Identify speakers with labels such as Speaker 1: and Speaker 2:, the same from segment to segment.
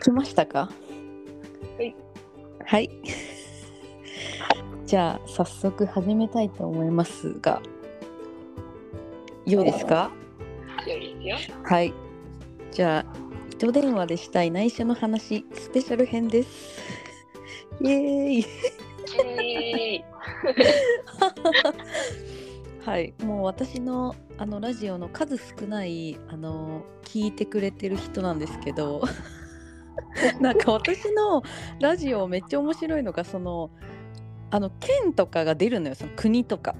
Speaker 1: 来ましたか
Speaker 2: はい
Speaker 1: はい じゃあ早速始めたいと思いますがようですか
Speaker 2: よりですよ。
Speaker 1: はいじゃあ糸電話でしたい内緒の話スペシャル編ですイエーイ
Speaker 2: イエ
Speaker 1: はい、もう私のあのラジオの数少ないあの聞いてくれてる人なんですけど なんか私のラジオめっちゃ面白いのがそのあの県とかが出るのよその国とか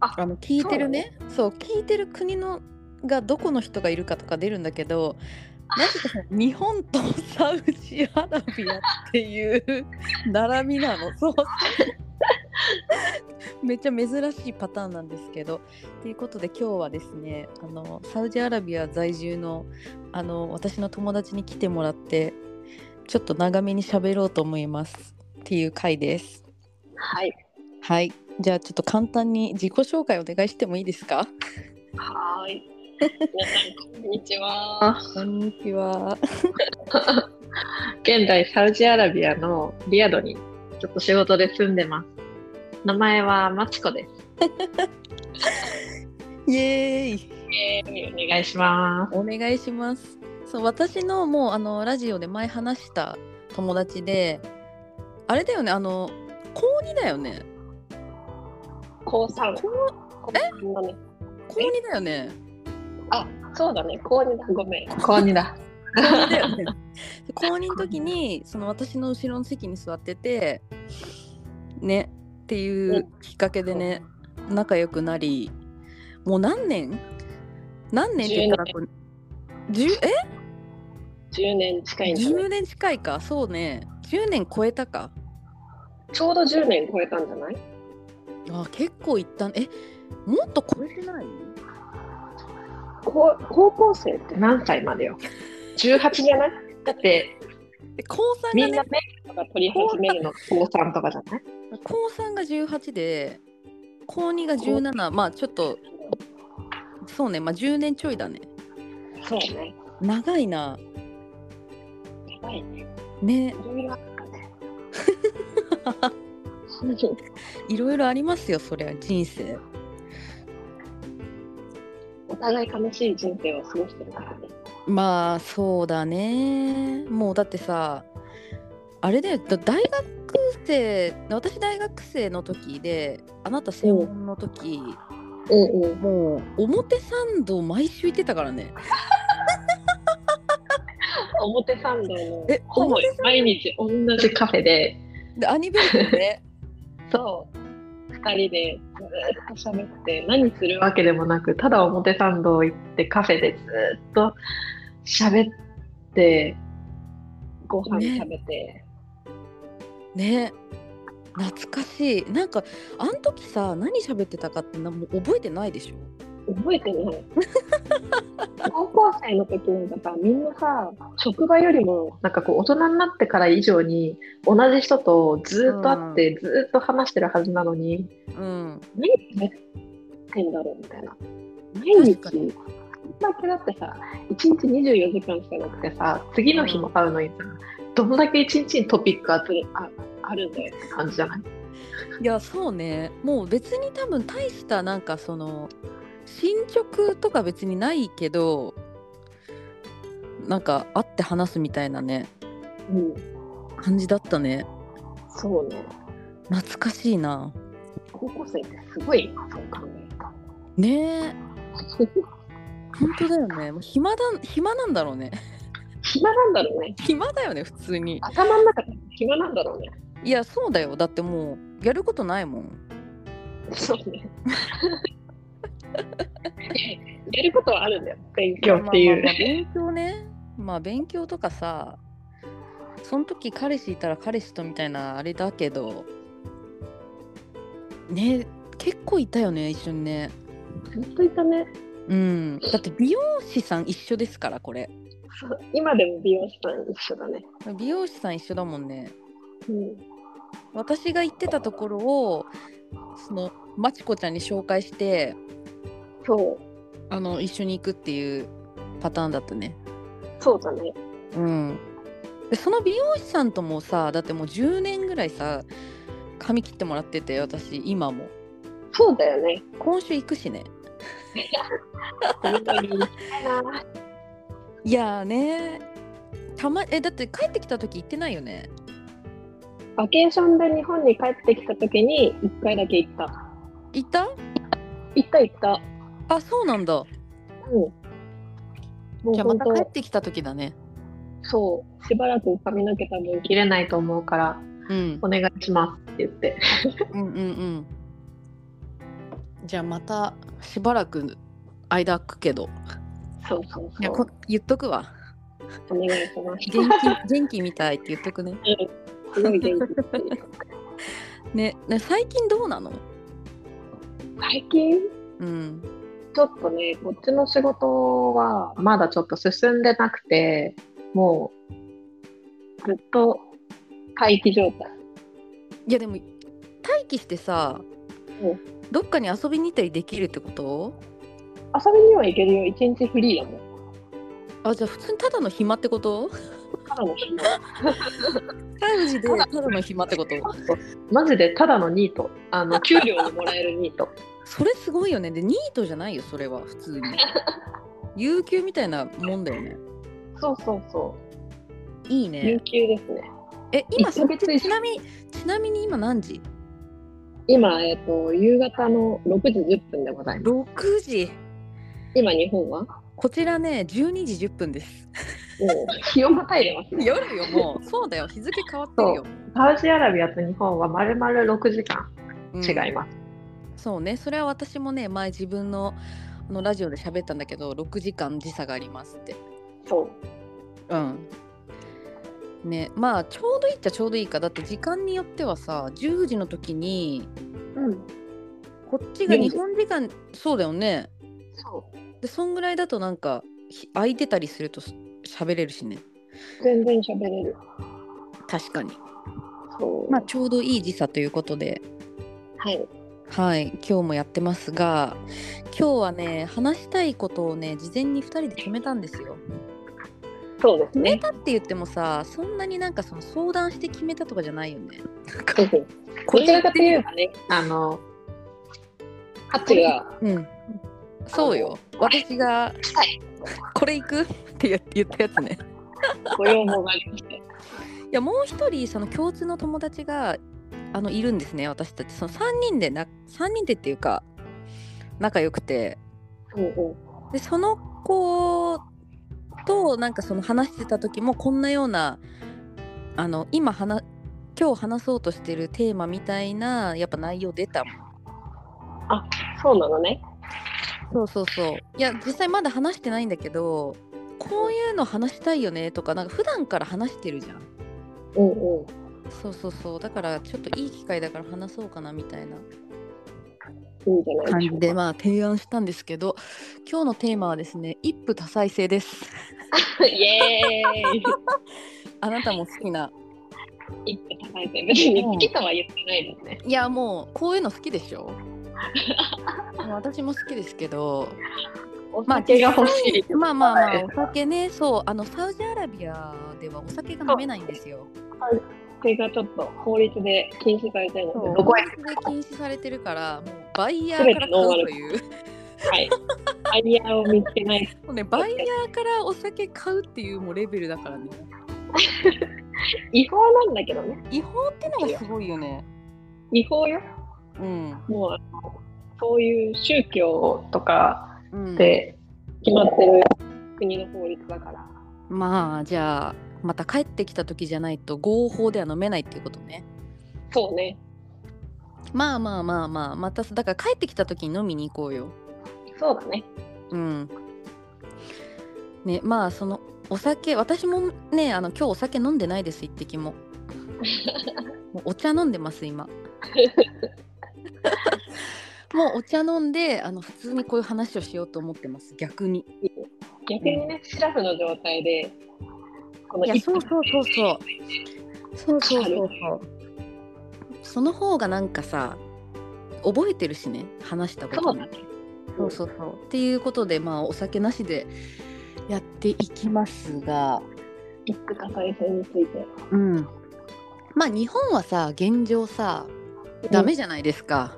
Speaker 2: あ
Speaker 1: の聞いてるねそう聞いてる国のがどこの人がいるかとか出るんだけどなぜかその日本とサウジアラビアっていう並びなのそうめっちゃ珍しいパターンなんですけど。ということで今日はですねあのサウジアラビア在住のあの私の友達に来てもらってちょっと長めに喋ろうと思いますっていう回です。
Speaker 2: ーイ。はい。
Speaker 1: はいじゃあちょっと簡単に自己紹介お願いしてもいいですか
Speaker 2: はーい。皆さん、こんにちは。
Speaker 1: こんにちは。
Speaker 2: 現在、サウジアラビアのリヤドに、ちょっと仕事で住んでます。名前はマチコで
Speaker 1: イエーイ
Speaker 2: す。お願いします。
Speaker 1: お願いします。そう私のもうあのラジオで前話した友達であれだよねあの高2だよね
Speaker 2: 高三。
Speaker 1: 高
Speaker 2: 高三だね。
Speaker 1: 高2だよね。
Speaker 2: あ、そうだね。高二だ。ごめん。高二だ。
Speaker 1: 高2だよね高2の時にその私の後ろの席に座っててねっていうきっかけでね仲良くなりもう何年何年って言ったらこれ10え
Speaker 2: 10年近いんだね。
Speaker 1: 10年近いかそうね10年超えたか
Speaker 2: ちょうど10年超えたんじゃない
Speaker 1: あ結構いったねえもっと超えてない
Speaker 2: 高高校生って何歳までよ ?18 じゃないだって、
Speaker 1: え高3
Speaker 2: み
Speaker 1: が
Speaker 2: ん
Speaker 1: ね
Speaker 2: な免許とか取り始めるの高3とかじゃない
Speaker 1: 高3が18で高2が17まあちょっとそうねまあ10年ちょいだね
Speaker 2: そうね。
Speaker 1: 長いな
Speaker 2: やばいね。
Speaker 1: ね
Speaker 2: いろいろあったね。
Speaker 1: いろいろありますよそりゃ人生
Speaker 2: お互い悲しい人生を過ごしてるからね。
Speaker 1: まあそうだねもうだってさあれだよだ大学生私大学生の時であなた専門の時
Speaker 2: うんうん。
Speaker 1: もう表参道毎週行ってたからね
Speaker 2: 表参道の
Speaker 1: え
Speaker 2: ほぼ
Speaker 1: 表
Speaker 2: 毎日同じカフェで、
Speaker 1: でアニベーションね
Speaker 2: そう。二人でずーっと喋って何するわけでもなくただ表参道行ってカフェでずーっと喋ってご飯食べて、
Speaker 1: ね懐かしいなんかあん時さ何喋ってたかってなもう覚えてないでしょ
Speaker 2: 覚えてない高校生の時なんかさみんなさ職場よりもなんかこう大人になってから以上に同じ人とずーっと会って、ずーっと話してるはずなのに
Speaker 1: うん
Speaker 2: 何やってんだろうみたいな毎
Speaker 1: 確
Speaker 2: 日
Speaker 1: か
Speaker 2: こんだけだってさ1日24時間しかなくてさ次の日も会うのにさ、どんだけ1日にトピックあつああるんだよって感じじゃない
Speaker 1: いやそうねもう別に多分大したなんかその進捗とか別にないけどなんか会って話すみたいなね
Speaker 2: うん
Speaker 1: 感じだったね
Speaker 2: そうね
Speaker 1: 懐かしいな
Speaker 2: 高校生ってすごいそう考えた。
Speaker 1: ねえ本当だよねもう暇だ暇なんだろうね
Speaker 2: 暇なんだろうね。
Speaker 1: 暇だよね普通に
Speaker 2: 頭の中で暇なんだろうね。
Speaker 1: いやそうだよだってもうやることないもん
Speaker 2: そうね。 やることはあるんだよ。勉強っていう。
Speaker 1: まあまあまあ勉強ねまあ勉強とかさその時彼氏いたら彼氏とみたいなあれだけどね結構いたよね一緒にね
Speaker 2: ずっといたね。
Speaker 1: うんだって美容師さん一緒ですからこれ
Speaker 2: そう今でも美容師さん一緒だね。
Speaker 1: 美容師さん一緒だもんね
Speaker 2: うん。
Speaker 1: 私が行ってたところをそのまちこちゃんに紹介して
Speaker 2: そう。
Speaker 1: あの一緒に行くっていうパターンだったね
Speaker 2: そうだね。
Speaker 1: うん、でその美容師さんともさだってもう10年ぐらいさ髪切ってもらってて私今も
Speaker 2: そうだ よね。
Speaker 1: 今週行くしね
Speaker 2: 本当に。
Speaker 1: いやーねたまえだって帰ってきた時行ってないよね
Speaker 2: バケーションで日本に帰ってきた時に一回だけ行った。
Speaker 1: 行った
Speaker 2: 行った行った。
Speaker 1: あそうなんだ
Speaker 2: うん。もう
Speaker 1: じゃあま
Speaker 2: 本
Speaker 1: た
Speaker 2: 当
Speaker 1: 帰ってきた時だね
Speaker 2: そうしばらく髪の毛多分切れないと思うから
Speaker 1: うん
Speaker 2: お願いしますって言って。
Speaker 1: うんうんうんじゃあまたしばらく間空くけど
Speaker 2: そうそう
Speaker 1: い
Speaker 2: そ
Speaker 1: や
Speaker 2: う。
Speaker 1: こ言っとくわ
Speaker 2: お願いします。
Speaker 1: 元気元気みたいって言っとくね
Speaker 2: すごい元気。
Speaker 1: ねね最近どうなの
Speaker 2: 最近
Speaker 1: うん
Speaker 2: ちょっとね、こっちの仕事はまだちょっと進んでなくて、もうずっと待機状態。
Speaker 1: いやでも待機してさ
Speaker 2: うん
Speaker 1: どっかに遊びに行ったりできるってこと
Speaker 2: 遊びには行けるよ、一日フリーだもん。
Speaker 1: あじゃあ普通にただの暇ってこと
Speaker 2: ただの暇。
Speaker 1: タイムジでただの暇ってこと
Speaker 2: マジでただのニート。あ の、給料にもらえるニート。
Speaker 1: それすごいよねでニートじゃないよそれは普通に有給みたいなもんだよね
Speaker 2: そうそうそ。
Speaker 1: いいう
Speaker 2: 有
Speaker 1: ね
Speaker 2: 給ですね。
Speaker 1: え今
Speaker 2: 1ヶ月以上
Speaker 1: ちなみにちなみに今何時
Speaker 2: 今、えっ、と、夕方の6時10分でございます。
Speaker 1: 6時
Speaker 2: 今、日本は
Speaker 1: こちらね12時10分です
Speaker 2: もう、日をまたいでますね。
Speaker 1: 夜よもうそうだよ日付変わってるよ、
Speaker 2: サウジアラビアと日本はまるまる6時間
Speaker 1: うん
Speaker 2: 違います。
Speaker 1: そうねそれは私もね前自分のあのラジオで喋ったんだけど6時間時差がありますって
Speaker 2: そう。
Speaker 1: うんねまあちょうどいいっちゃちょうどいいかだって時間によってはさ10時の時に
Speaker 2: うん。
Speaker 1: こっちが
Speaker 2: ね
Speaker 1: 日本時間そうだよね
Speaker 2: そう。
Speaker 1: でそんぐらいだとなんかひ空いてたりするとす喋れるしね
Speaker 2: 全然喋れる。
Speaker 1: 確かに
Speaker 2: そう。
Speaker 1: まあちょうどいい時差ということで
Speaker 2: はい。
Speaker 1: はい今日もやってますが今日はね話したいことをね事前に2人で決めたんですよ
Speaker 2: そうです
Speaker 1: 決め
Speaker 2: ね。
Speaker 1: たって言ってもさそんなになんかその相談して決めたとかじゃないよね。
Speaker 2: こちらかというとね、あの、ハッチが、
Speaker 1: うん、そうよ私が「これ行く?」って言言ったやつね。
Speaker 2: ご要望がありまして。
Speaker 1: いやもう一人その共通の友達があのいるんですね私たちその3人でな3人でっていうか仲良くて
Speaker 2: うんうん。
Speaker 1: でその子となんかその話してた時もこんなようなあの今話今日話そうとしてるテーマみたいなやっぱ内容出たもん
Speaker 2: そうなのね。
Speaker 1: そうそうそういや実際まだ話してないんだけどこういうの話したいよねとかなんか普段から話してるじゃん
Speaker 2: うんうん。
Speaker 1: そうそうそうだからちょっといい機会だから話そうかなみたいない
Speaker 2: いんじゃない
Speaker 1: 感
Speaker 2: でし
Speaker 1: じ
Speaker 2: ょう
Speaker 1: で
Speaker 2: か。
Speaker 1: まあ提案したんですけど今日のテーマはですね一夫多妻制です
Speaker 2: イエーイ
Speaker 1: あなたも好きな
Speaker 2: 一歩高いて、別に好きとは言ってないですね。
Speaker 1: いやもうこういうの好きでしょもう私も好きですけど
Speaker 2: お
Speaker 1: まあ
Speaker 2: 酒が欲しい。
Speaker 1: まあまあま
Speaker 2: は
Speaker 1: あ
Speaker 2: い
Speaker 1: お酒ねそうあのサウジアラビアではお酒が飲めないんですよ
Speaker 2: それがちょっと法律で禁止されてるので、
Speaker 1: そう
Speaker 2: どこへ
Speaker 1: 法律で禁止されてるからもうバイヤーから買うという
Speaker 2: はい。アイヤーを見つけない。
Speaker 1: もうねバイヤーからお酒買うっていうもうレベルだからね
Speaker 2: 違法なんだけどね。
Speaker 1: 違法ってのがすごいよね
Speaker 2: 違法よ。
Speaker 1: うん、
Speaker 2: もうあの、そういう宗教とか、
Speaker 1: うん、
Speaker 2: って決まってる国の法律だから。
Speaker 1: まあじゃあまた帰ってきた時じゃないと合法では飲めないっていうことね
Speaker 2: そうね。
Speaker 1: まあまあまあまあまただから帰ってきた時に飲みに行こうよ
Speaker 2: そうだね。
Speaker 1: うんねまあそのお酒私もねあの今日お酒飲んでないです一滴ももうお茶飲んでます今もうお茶飲んであの普通にこういう話をしようと思ってます逆に
Speaker 2: 逆にね、シラフの状態で、この
Speaker 1: いや
Speaker 2: 一
Speaker 1: そうそうそうそうそうそうそう
Speaker 2: そう
Speaker 1: その方がなんかさ覚えてるしね話したこと
Speaker 2: そう
Speaker 1: も
Speaker 2: だね。
Speaker 1: そうそうそうっていうことでまあお酒なしでやっていきますが
Speaker 2: 一夫多妻制について。
Speaker 1: うん、まあ日本はさ現状さダメじゃないですか、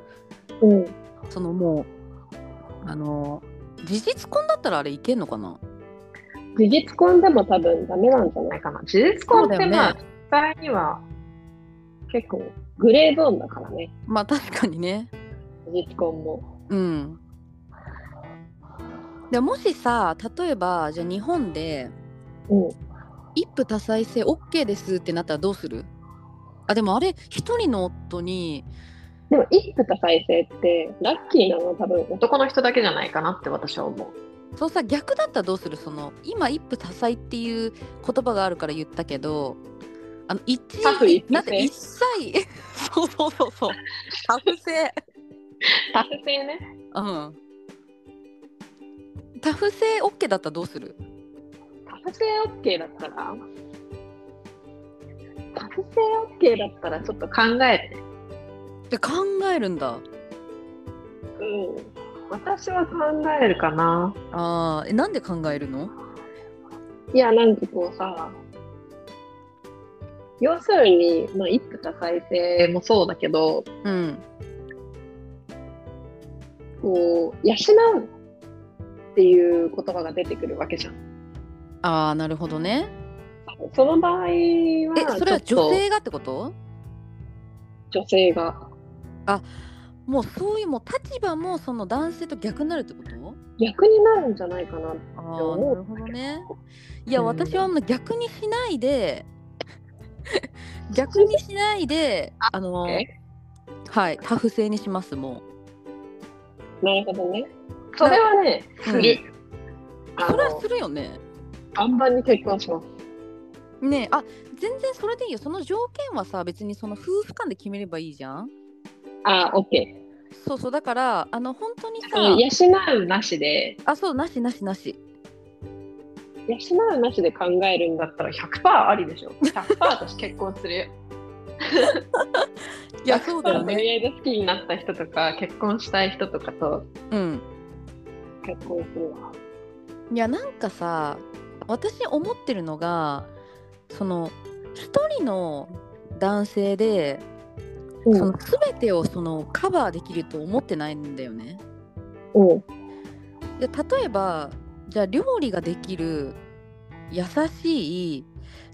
Speaker 2: うん。
Speaker 1: そのもうあの事実婚だったらあれいけんのかな
Speaker 2: 事実婚でも多分ダメなんじゃないかな。事実婚ってま
Speaker 1: そ
Speaker 2: あ、
Speaker 1: うだよ
Speaker 2: 実際には結構グレーゾーンだからね、
Speaker 1: まあ確かにね
Speaker 2: 事実婚も。
Speaker 1: うんでもしさ例えばじゃあ日本で
Speaker 2: うん。
Speaker 1: 一夫多妻制 OK ですってなったらどうするあでもあれ一人の夫に
Speaker 2: でも一夫多妻制ってラッキーなのは多分男の人だけじゃないかなって私は思う。
Speaker 1: そうさ逆だったらどうするその今一夫多妻っていう言葉があるから言ったけどあの一
Speaker 2: 多夫一夫制
Speaker 1: なんて一切 そうそうそうそう多夫制
Speaker 2: 多夫制ね。
Speaker 1: うん多夫制 OK だったらどうする
Speaker 2: 多夫制 OK だったら多夫制 OK だったらちょっと考えて。
Speaker 1: で考えるんだ
Speaker 2: うん。私は考えるかな。
Speaker 1: あーえなんで考えるの
Speaker 2: いや、なんかこうさ、要するに、まあ、一夫多妻制もそうだけど、
Speaker 1: うん
Speaker 2: こう、養うっていう言葉が出てくるわけじゃん。
Speaker 1: ああなるほどね
Speaker 2: その場合は、え
Speaker 1: えそれは女性がってこと
Speaker 2: 女性が。
Speaker 1: もうそういうもう立場もその男性と逆になるってこと
Speaker 2: 逆になるんじゃないかな。
Speaker 1: あ
Speaker 2: 思
Speaker 1: あ
Speaker 2: う
Speaker 1: なるほどね。いや、
Speaker 2: うん
Speaker 1: 私はあの逆にしないで逆にしないであの
Speaker 2: え
Speaker 1: はいタフ制にしますも
Speaker 2: なるほどね。それはね、
Speaker 1: うん
Speaker 2: する。
Speaker 1: う。
Speaker 2: あ
Speaker 1: それは
Speaker 2: の
Speaker 1: す、るよね。
Speaker 2: バンバンに結婚します。
Speaker 1: ねえあ全然それでいいよその条件はさ別にその夫婦間で決めればいいじゃん。
Speaker 2: あ、OK。
Speaker 1: そうそうだからあの本当にさ
Speaker 2: 養うなしで、
Speaker 1: あそうなしなしなし
Speaker 2: 養うなしで考えるんだったら100%ありでしょ。100%私結婚するよ。
Speaker 1: いやそうだよ
Speaker 2: と
Speaker 1: ね。
Speaker 2: りあえず好きになった人とか結婚したい人とかと
Speaker 1: うん。
Speaker 2: 結婚するわ。
Speaker 1: いやなんかさ私思ってるのがその一人の男性でその全てをそのカバーできると思ってないんだよね。
Speaker 2: うん
Speaker 1: で例えばじゃあ料理ができる優しい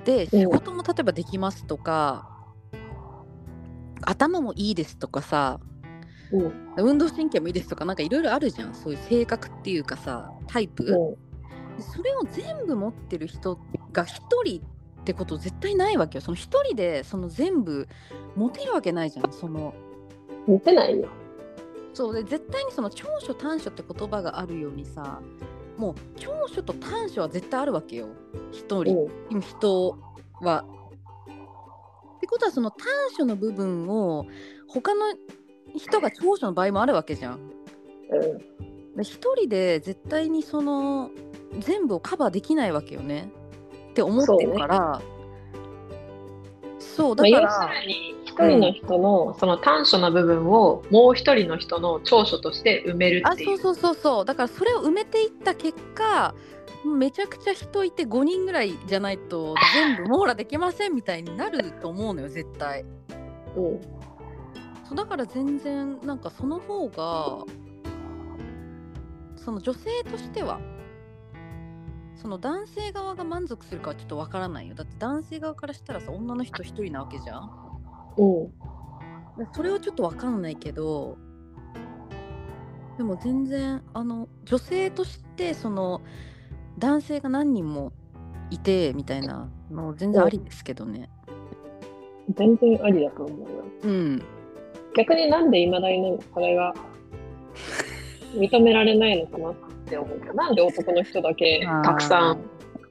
Speaker 1: で
Speaker 2: うん
Speaker 1: 仕事も例えばできますとか頭もいいですとかさ
Speaker 2: うん
Speaker 1: 運動神経もいいですとかなんかいろいろあるじゃんそういう性格っていうかさタイプ、
Speaker 2: うん
Speaker 1: でそれを全部持ってる人が一人ってこと絶対ないわけよその一人でその全部持てるわけないじゃんその
Speaker 2: 似てないよ。
Speaker 1: そうで絶対にその長所短所って言葉があるようにさもう長所と短所は絶対あるわけよ一
Speaker 2: う
Speaker 1: 人、
Speaker 2: ん
Speaker 1: 人は。ってことはその短所の部分を他の人が長所の場合もあるわけじゃん。
Speaker 2: うん
Speaker 1: で一人で絶対にその全部をカバーできないわけよねって思ってるからそう,、だ
Speaker 2: まあ、
Speaker 1: か
Speaker 2: 要
Speaker 1: ら、
Speaker 2: するに一人の人のその短所な部分をもう一人の人の長所として埋める
Speaker 1: あ
Speaker 2: ってい
Speaker 1: そううそうそうそうだからそれを埋めていった結果めちゃくちゃ人いて5人ぐらいじゃないと全部網羅できませんみたいになると思うのよ絶対
Speaker 2: うん
Speaker 1: そうだから全然なんかその方がその女性としてはその男性側が満足するかはちょっとわからないよだって男性側からしたらさ女の人一人なわけじゃん
Speaker 2: うん
Speaker 1: だからそれはちょっとわかんないけどでも全然あの女性としてその男性が何人もいてみたいなの全然ありですけどね
Speaker 2: 全然ありだと思うよ。
Speaker 1: うん
Speaker 2: 逆になんでいまだになんかそれが認められないのかなって思うけどなんで男の人だけたくさん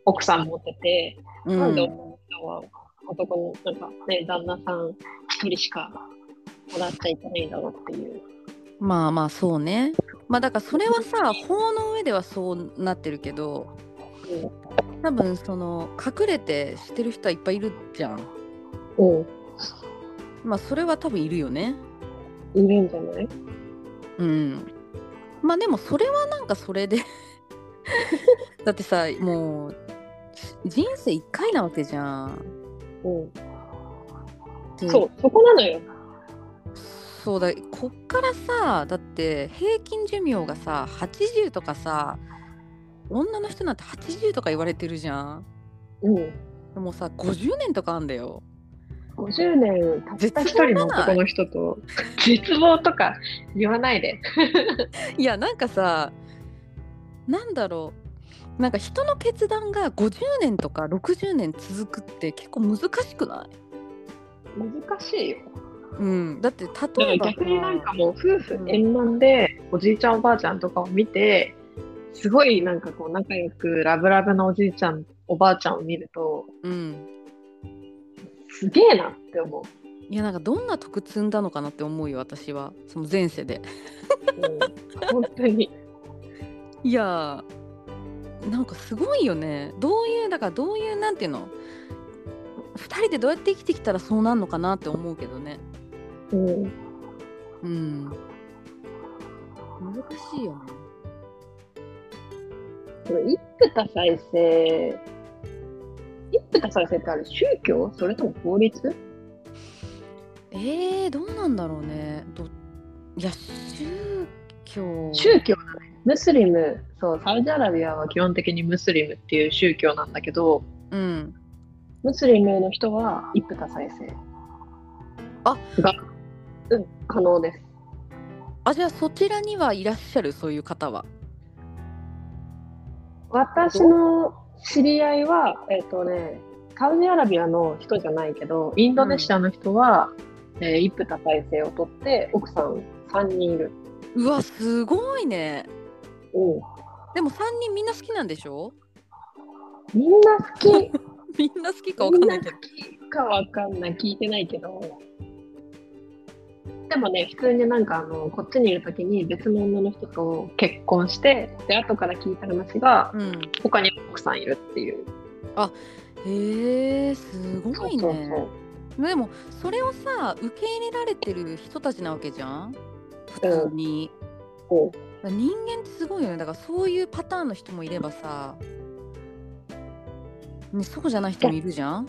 Speaker 2: 奥さん持ってて。
Speaker 1: う
Speaker 2: なんで
Speaker 1: ん、
Speaker 2: 女の人は男のなんかね旦那さん一人しかもらっちゃいけないんだろうっていう。
Speaker 1: まあまあそうねまあだからそれはさ法の上ではそうなってるけど多分その隠れてしてる人はいっぱいいるじゃん
Speaker 2: うん、
Speaker 1: まあそれは多分いるよね
Speaker 2: いるんじゃない
Speaker 1: うん まあでもそれはなんかそれでだってさもう人生一回なわけじゃん。で
Speaker 2: そう、そこなのよ。
Speaker 1: そうだこっからさだって平均寿命がさ80とかさ女の人なんて80とか言われてるじゃん
Speaker 2: うん。
Speaker 1: でもさ50年とかあんだよ
Speaker 2: 50年たった一人の男の人と絶望とか言わないで。
Speaker 1: いやなんかさなんだろうなんか人の決断が50年とか60年続くって結構難しくない、
Speaker 2: 難しいよ。
Speaker 1: うん、だって
Speaker 2: だか
Speaker 1: 例
Speaker 2: ら
Speaker 1: えばさ
Speaker 2: 逆になんかもう夫婦円満でおじいちゃんおばあちゃんとかを見てすごいなんかこう仲良くラブラブなおじいちゃんおばあちゃんを見ると
Speaker 1: うん、
Speaker 2: すげえなって思う。
Speaker 1: いやなんかどんな得積んだのかなって思うよ私はその前世で。
Speaker 2: うん本当に。
Speaker 1: いやーなんかすごいよねどういうだからどういうなんていうの2人でどうやって生きてきたらそうなんのかなって思うけどね
Speaker 2: うん
Speaker 1: うん難しいよね
Speaker 2: その一夫多妻制一夫多妻制ってある宗教それとも法律
Speaker 1: えー、どうなんだろうねどいや宗教
Speaker 2: 宗教だねムスリムそうサウジアラビアは基本的にムスリムっていう宗教なんだけど
Speaker 1: うん
Speaker 2: ムスリムの人は一夫多妻制
Speaker 1: あ
Speaker 2: が、うん、可能です
Speaker 1: あじゃあそちらにはいらっしゃるそういう方は
Speaker 2: 私の知り合いはえっ、とねサウジアラビアの人じゃないけどインドネシアの人は、えー一夫多妻制を取って奥さん3人いる
Speaker 1: うわすごいね
Speaker 2: お
Speaker 1: でも3人みんな好きなんでしょ
Speaker 2: みんな好き
Speaker 1: みんな好きかわかんないけど
Speaker 2: みんな好きかわかんない聞いてないけどでもね普通になんかあのこっちにいる時に別の女の人と結婚してで後から聞いた話が
Speaker 1: うん
Speaker 2: 他に奥さんいるっていう
Speaker 1: へえすごいね
Speaker 2: そうそうそう
Speaker 1: でもそれをさ受け入れられてる人たちなわけじゃん普通に、
Speaker 2: こ
Speaker 1: だから人間ってすごいよねだからそういうパターンの人もいればさ、ね、そうじゃない人もいるじゃん
Speaker 2: う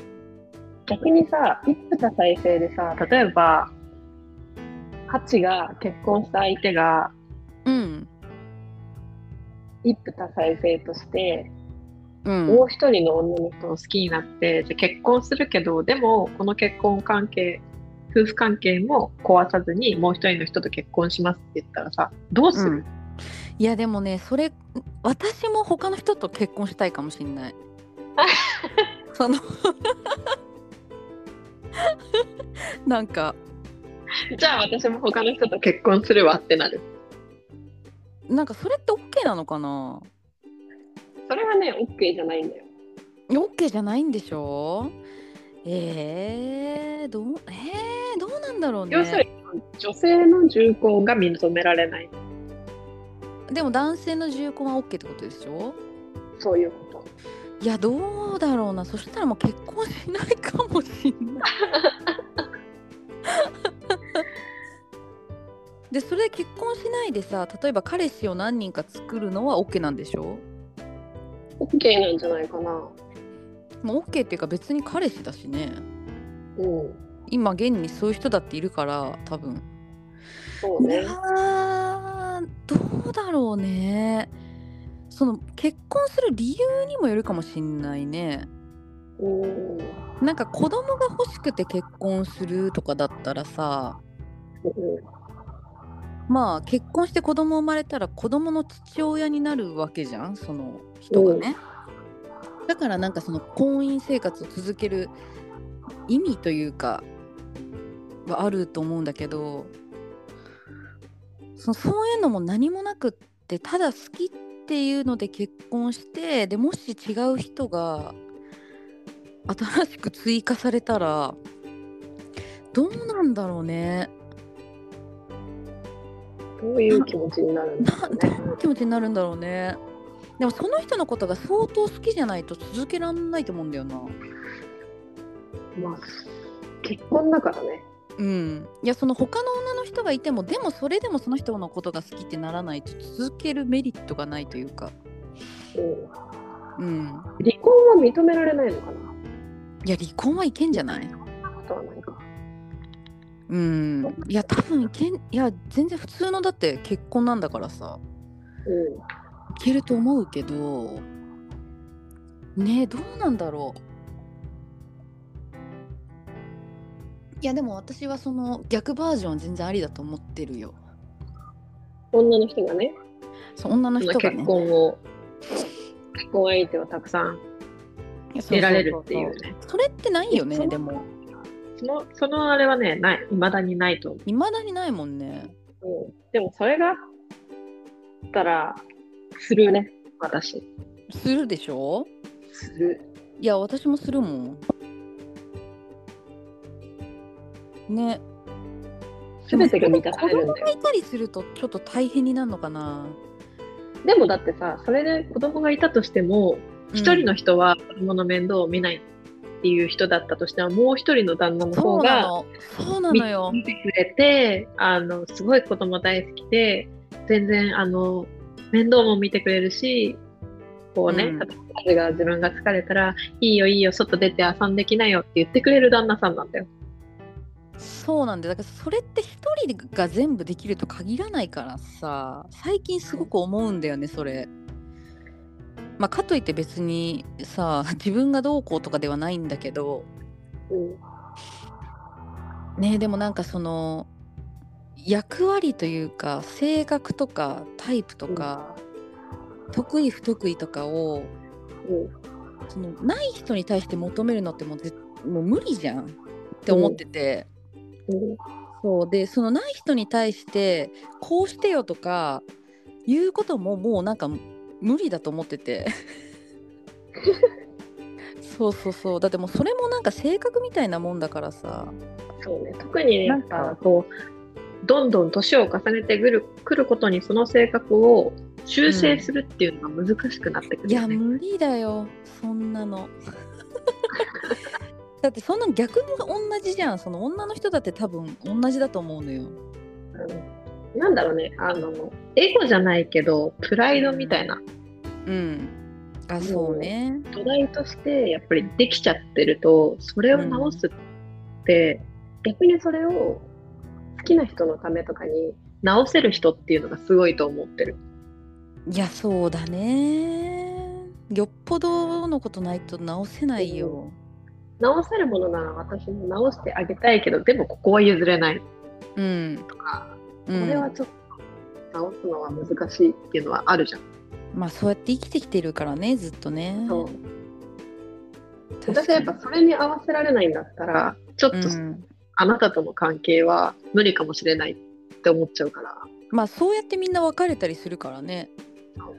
Speaker 2: 逆にさ一夫多妻制でさ例えばハチが結婚した相手が
Speaker 1: うん
Speaker 2: 一夫多妻制として
Speaker 1: うん
Speaker 2: もう一人の女の人を好きになってじゃあ結婚するけどでもこの結婚関係夫婦関係も壊さずにもう一人の人と結婚しますって言ったらさどうす
Speaker 1: うん
Speaker 2: る、
Speaker 1: いやでもねそれ私も他の人と結婚したいかもしんない そのなんか
Speaker 2: じゃあ私も他の人と結婚するわってなる
Speaker 1: なんかそれって OK なのかな
Speaker 2: それはね OK じゃないんだよ
Speaker 1: オッケーじゃないんでしょえー、どうえー、どうなんだろう
Speaker 2: 要する
Speaker 1: ね
Speaker 2: に女性の重婚が認められない
Speaker 1: でも男性の重婚はオッケーってことでしょ
Speaker 2: そういうこと
Speaker 1: いやどうだろうなそしたらもう結婚しないかもしんないでそれで結婚しないでさ例えば彼氏を何人か作るのはオッケーなんでしょ
Speaker 2: OK なんじゃないかな
Speaker 1: もうオッケーっていうか別に彼氏だしね
Speaker 2: うん
Speaker 1: 今現にそういう人だっているから多分
Speaker 2: そう
Speaker 1: いや
Speaker 2: ね
Speaker 1: ーどうだろうねその結婚する理由にもよるかもしんないね
Speaker 2: うんうん
Speaker 1: なんか子供が欲しくて結婚するとかだったらさまあ結婚して子供生まれたら子供の父親になるわけじゃんその人がね、だからなんかその婚姻生活を続ける意味というかはあると思うんだけどそそういうのも何もなくってただ好きっていうので結婚してでもし違う人が新しく追加されたらどうなんだろうね
Speaker 2: どういう気持ちになるんだろうね
Speaker 1: 気持ちになるんだろうねでもその人のことが相当好きじゃないと続けらんないと思うんだよな
Speaker 2: まあ結婚だからね
Speaker 1: うんいやその他の女の人がいてもでもそれでもその人のことが好きってならないと続けるメリットがないというか
Speaker 2: うん
Speaker 1: うん、
Speaker 2: 離婚は認められないのかな。
Speaker 1: いや離婚はいけんじゃない
Speaker 2: そんなことはないか。
Speaker 1: うんいや多分いけんいや全然普通のだって結婚なんだからさ
Speaker 2: うん。
Speaker 1: いけると思うけどねえどうなんだろういやでも私はその逆バージョン全然ありだと思ってるよ
Speaker 2: 女の人がね、
Speaker 1: そう女の人がね
Speaker 2: 結婚を、結婚相手をたくさん得られるっていう
Speaker 1: そ
Speaker 2: ね。
Speaker 1: それってないよ
Speaker 2: そ
Speaker 1: ね
Speaker 2: の
Speaker 1: でも
Speaker 2: その、そのあれはね、ない、未だにないと思う。
Speaker 1: いまだにないもんね
Speaker 2: うん、でもそれがあったらするね私
Speaker 1: するでしょ
Speaker 2: する
Speaker 1: いや私もするもんね
Speaker 2: 全てが満たされるんだ
Speaker 1: 子供が
Speaker 2: よ
Speaker 1: いたりするとちょっと大変になるのかな
Speaker 2: でもだってさそれで子供がいたとしても一人の人は子供の面倒を見ないっていう人だったとしてももう一人の旦那の
Speaker 1: そう
Speaker 2: 方
Speaker 1: な
Speaker 2: が
Speaker 1: のそうな
Speaker 2: 見
Speaker 1: のよ
Speaker 2: 見てくれてあのすごい子供大好きで全然あの面倒も見てくれるしこうね、
Speaker 1: うん
Speaker 2: 例えば家事が自分が疲れたら「いいよいいよ外出て遊んできなよ」って言ってくれる旦那さんなんだよ。
Speaker 1: そうなんでだからそれって一人が全部できると限らないからさ最近すごく思うんだよねそれ。まあ、かといって別にさ自分がどうこうとかではないんだけど
Speaker 2: うん
Speaker 1: ねでもなんかその役割というか性格とかタイプとか、得意不得意とかを
Speaker 2: うん
Speaker 1: そのない人に対して求めるのってもうぜもう無理じゃんって思ってて。
Speaker 2: うん
Speaker 1: そうでそのない人に対してこうしてよとか言うことももうなんか無理だと思って てそうそうそうだってもうそれもなんか性格みたいなもんだからさ
Speaker 2: そうね、特に
Speaker 1: な
Speaker 2: なんん
Speaker 1: か
Speaker 2: かこうどんどん年を重ねてくるくることにその性格を修正するっていうのが難しくなってく
Speaker 1: い
Speaker 2: る
Speaker 1: や
Speaker 2: よね。
Speaker 1: 無理だよそんな のだってそんなの逆も同じじゃんその女の人だって多分同じだと思うのよ
Speaker 2: うんなんだろうねあのエゴじゃないけどプライドみたいな
Speaker 1: うんあそうね
Speaker 2: 土台としてやっぱりできちゃってるとそれを直すって、逆にそれを好きな人のためとかに直せる人っていうのがすごいと思ってる。
Speaker 1: いやそうだねよっぽどのことないと直せないよ、
Speaker 2: 直せるものなら私も直してあげたいけどでもここは譲れない
Speaker 1: うん。う
Speaker 2: こ
Speaker 1: ん、
Speaker 2: れはちょっと直すのは難しいっていうのはあるじゃん。
Speaker 1: まあそうやって生きてきてるからねずっとね。
Speaker 2: そう
Speaker 1: 確
Speaker 2: 私
Speaker 1: か
Speaker 2: はやっ
Speaker 1: に
Speaker 2: ぱそれに合わせられないんだったらちょっと
Speaker 1: うん、
Speaker 2: あなたとの関係は無理かもしれないって思っちゃうから
Speaker 1: まあそうやってみんな別れたりするからね。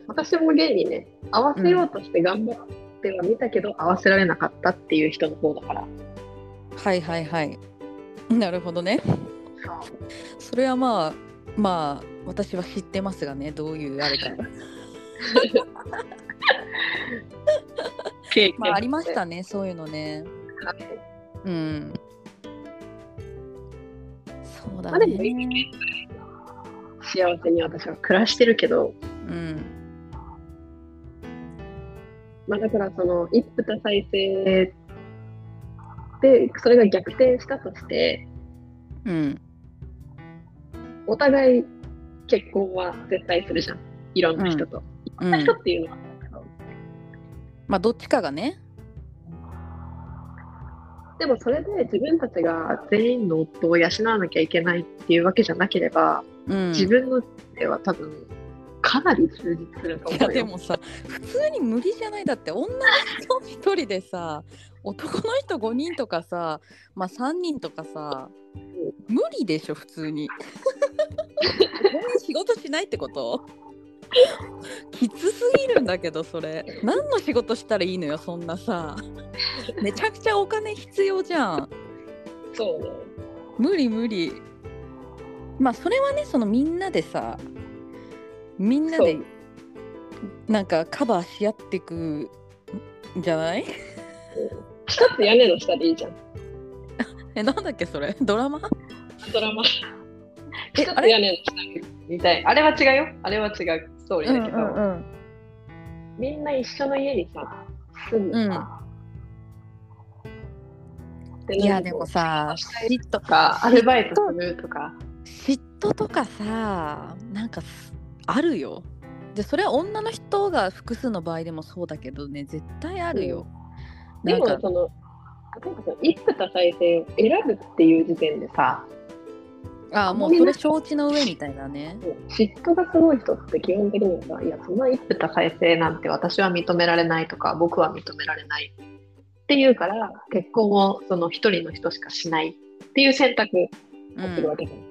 Speaker 2: 私も現にね合わせようとして頑張っては見たけど、合わせられなかったっていう人の方だから。
Speaker 1: はいはいはい。 なるほどね。それはまあまあ私は知ってますがねどういうあ れか。
Speaker 2: 経験
Speaker 1: まあありましたねそういうのね。
Speaker 2: はい
Speaker 1: うん。そうだ
Speaker 2: まあでもいい
Speaker 1: ね。
Speaker 2: 幸せに私は暮らしてるけど、
Speaker 1: うん。
Speaker 2: まあ、だからその一夫多妻制でそれが逆転したとして
Speaker 1: うん。
Speaker 2: お互い結婚は絶対するじゃんいろんな人と、
Speaker 1: う
Speaker 2: いろん
Speaker 1: ん
Speaker 2: な人、っていうのはなんだけど
Speaker 1: まあどっちかがね。
Speaker 2: でもそれで自分たちが全員の夫を養わなきゃいけないっていうわけじゃなければ、
Speaker 1: うん、
Speaker 2: 自分の人生は多分かなり充実すると
Speaker 1: い
Speaker 2: 思う
Speaker 1: や
Speaker 2: よ
Speaker 1: でもさ普通に無理じゃないだって女の人一人でさ男の人5人とかさまあ3人とかさ無理でしょ普通にごめん仕事しないってこときつすぎるんだけどそれ何の仕事したらいいのよそんなさめちゃくちゃお金必要じゃん
Speaker 2: そうね
Speaker 1: 無理無理まあそれはねそのみんなでさみんなで
Speaker 2: そう
Speaker 1: なんかカバーし合ってくんじゃない
Speaker 2: 一つ屋根の下でいいじゃん
Speaker 1: えなんだっけそれドラマ
Speaker 2: ドラマ
Speaker 1: え
Speaker 2: 一つ
Speaker 1: あれ
Speaker 2: 屋根の下みたいあれは違うよあれは違うストーリーだけど、
Speaker 1: ん
Speaker 2: みんな一緒の家にさ住むさ、で
Speaker 1: い
Speaker 2: な
Speaker 1: や
Speaker 2: んか
Speaker 1: で
Speaker 2: こ
Speaker 1: も
Speaker 2: う
Speaker 1: さ嫉妬
Speaker 2: とかアルバイトするとか
Speaker 1: 嫉妬とかさなんかすあるよでそれは女の人が複数の場合でもそうだけどね絶対あるよ、
Speaker 2: で
Speaker 1: なん
Speaker 2: も
Speaker 1: か
Speaker 2: その例えばその一夫多妻制を選ぶっていう時点でさ
Speaker 1: あもうそれ承知の上みたいだね
Speaker 2: もう嫉妬がすごい人って基本的にはさいやそんな一夫多妻制なんて私は認められないとか僕は認められないっていうから結婚をその一人の人しかしないっていう選択
Speaker 1: う
Speaker 2: をするわ
Speaker 1: ん、
Speaker 2: けじゃない、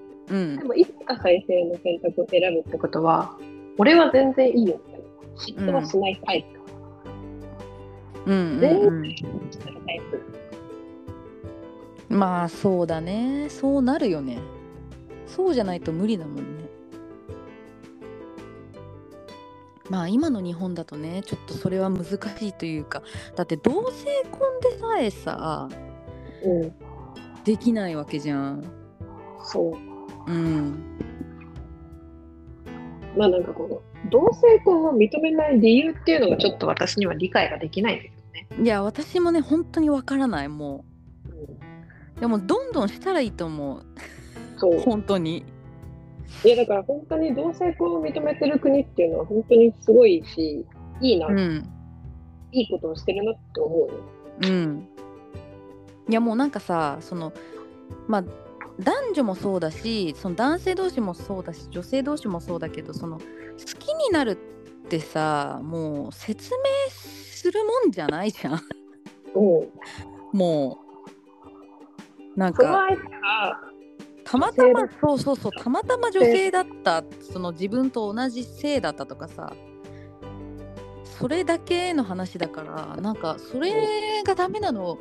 Speaker 1: う
Speaker 2: で
Speaker 1: ん、
Speaker 2: も一夫多妻制の選択を選ぶってことは俺は全然いいよみたいな嫉妬はしないタイプ、
Speaker 1: うん
Speaker 2: 全
Speaker 1: うん
Speaker 2: 員嫉妬するタイプ
Speaker 1: うんまあそうだねそうなるよねそうじゃないと無理だもんねまあ今の日本だとねちょっとそれは難しいというかだって同性婚でさえさ
Speaker 2: うん
Speaker 1: できないわけじゃん
Speaker 2: そう
Speaker 1: うん
Speaker 2: まあなんかこの同性婚を認めない理由っていうのがちょっと私には理解ができないんですよね。
Speaker 1: いや私もね本当にわからないもうでもどんどんしたらいいと思
Speaker 2: そう
Speaker 1: う本当に
Speaker 2: いやだから本当に同性婚を認めてる国っていうのは本当にすごいしいいな、
Speaker 1: うん
Speaker 2: いいことをしてるなって思うよ。
Speaker 1: うんいやもうなんかさそのまあ男女もそうだしその男性同士もそうだし女性同士もそうだけどその好きになるってさもう説明するもんじゃないじゃん
Speaker 2: うん、
Speaker 1: もうなん
Speaker 2: その
Speaker 1: か
Speaker 2: 相手が
Speaker 1: たまたま
Speaker 2: 女性
Speaker 1: そうそうそうたまたま女性だったその自分と同じ性だったとかさそれだけの話だからなんかそれがダメなの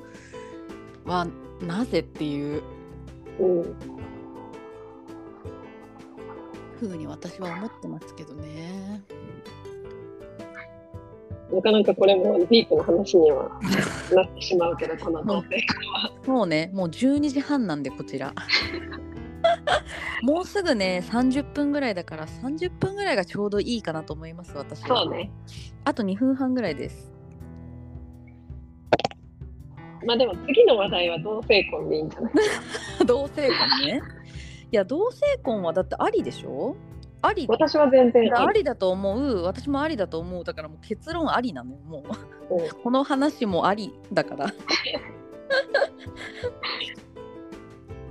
Speaker 1: はなぜっていう
Speaker 2: うん、
Speaker 1: ふうに私は思ってますけどね。
Speaker 2: なかなかこれもディープな話に はなってしまうけどこの同性
Speaker 1: もうねもう12時半なんでこちら もうすぐね30分ぐらいだから30分ぐらいがちょうどいいかなと思います私
Speaker 2: 婚
Speaker 1: は
Speaker 2: そうね
Speaker 1: あと2分半ぐらいです
Speaker 2: まあでも次の話題は同性婚でいいんじゃない
Speaker 1: 同性婚ね。いや同性婚はだってありでしょあり
Speaker 2: 私は全然
Speaker 1: ありだと思う私もありだと思うだからもう結論ありなのよもう
Speaker 2: うん
Speaker 1: この話もありだから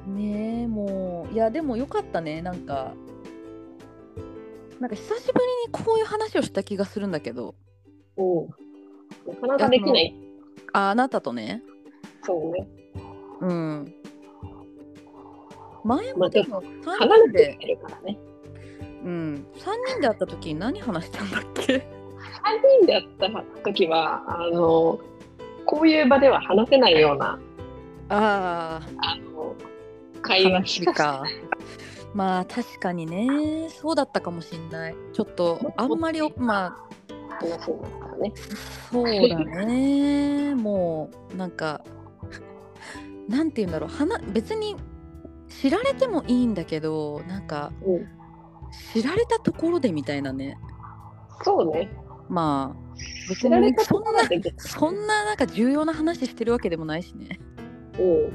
Speaker 1: ねえもういやでもよかったねなんかなんか久しぶりにこういう話をした気がするんだけど
Speaker 2: うん、なかなかできない
Speaker 1: ああなたとね
Speaker 2: そうね
Speaker 1: うん前
Speaker 2: ま
Speaker 1: も
Speaker 2: あ
Speaker 1: でも3
Speaker 2: 離れ
Speaker 1: 人で
Speaker 2: てきてるからね
Speaker 1: うん、3人で会った時に何話したんだっけ
Speaker 2: 3人でやった時はあのこういう場では話せないような
Speaker 1: ああ
Speaker 2: あの会話し か
Speaker 1: かまあ確かにねそうだったかもしんないちょっとあんまりおまあ
Speaker 2: 話になったらね
Speaker 1: そうだね もうなんかなんて言うんだろう話別に知られてもいいんだけどなんか
Speaker 2: うん
Speaker 1: 知られたところでみたいなね
Speaker 2: そうね
Speaker 1: まあ別
Speaker 2: 知られ
Speaker 1: に
Speaker 2: た
Speaker 1: そ
Speaker 2: とこ
Speaker 1: ん
Speaker 2: ろ
Speaker 1: な
Speaker 2: で別
Speaker 1: そんななんか重要な話してるわけでもないしね
Speaker 2: にうん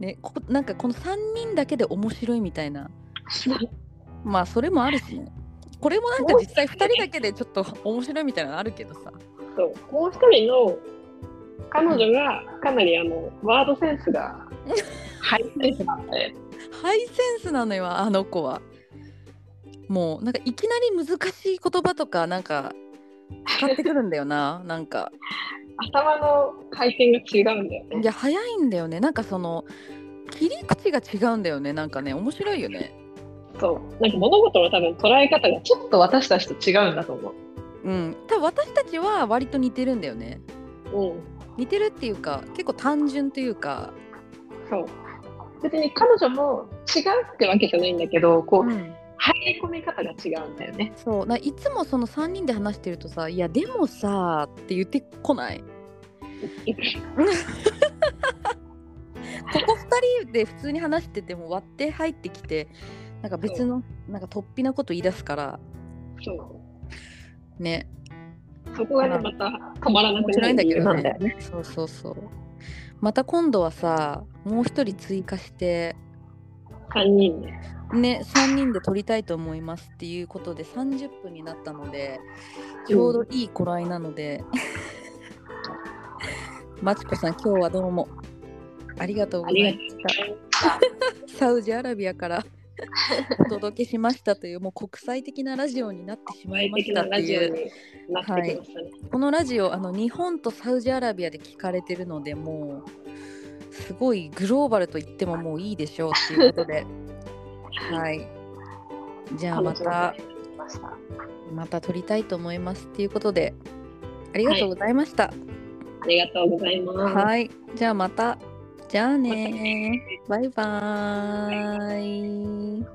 Speaker 1: ね、こなんかこの3人だけで面白いみたいなまあそれもあるしねこれもなんか実際2人だけでちょっと面白いみたいなのあるけどさ
Speaker 2: そうもう一人の彼女がかなりあのワードセンスがハイセンスなんで
Speaker 1: ハイセンスなのよあの子はもうなんかいきなり難しい言葉とかなんか使ってくるんだよななんか
Speaker 2: 頭の回転が違うんだよね
Speaker 1: いや早いんだよねなんかその切り口が違うんだよねなんかね面白いよね
Speaker 2: そうなんか物事の多分捉え方がちょっと私たちと違うんだと思
Speaker 1: うん多分私たちは割と似てるんだよね
Speaker 2: ううん
Speaker 1: 似てるっていうか結構単純というか、
Speaker 2: そう別に彼女も違うってわけじゃないんだけどこう、入り込み方が違うんだよね
Speaker 1: そうないつもその3人で話してるとさ「いやでもさ」って言ってこ ないここ2人で普通に話してても割って入ってきてなんか別のなんか突飛なこと言い出すから
Speaker 2: そう
Speaker 1: ね
Speaker 2: そこがね、
Speaker 1: うん
Speaker 2: また止まらなく
Speaker 1: 面白いんだけど
Speaker 2: なだ
Speaker 1: ね
Speaker 2: よね。
Speaker 1: そうそうそうまた今度はさもう一人追加して
Speaker 2: 3人ね。
Speaker 1: ね3人で撮りたいと思いますっていうことで30分になったのでちょうどいい頃合いなので マチコさん今日はどうもありがとうご
Speaker 2: あ
Speaker 1: ざいま
Speaker 2: り
Speaker 1: すサウジアラビアから お届けしましたというもう国際的なラジオになってしまいま
Speaker 2: がとう。
Speaker 1: したって
Speaker 2: ラジオ
Speaker 1: いう
Speaker 2: になってきましたね。
Speaker 1: このラジオあの日本とサウジアラビアで聞かれてるのでもうすごいグローバルと言ってももういいでしょうっていうこと ではいじゃあまた
Speaker 2: 楽しみにしてました
Speaker 1: また撮りたいと思いますっていうことでありがとうございました
Speaker 2: ありがとうございま
Speaker 1: はい
Speaker 2: す。
Speaker 1: じゃあまたじゃあねバイバーイ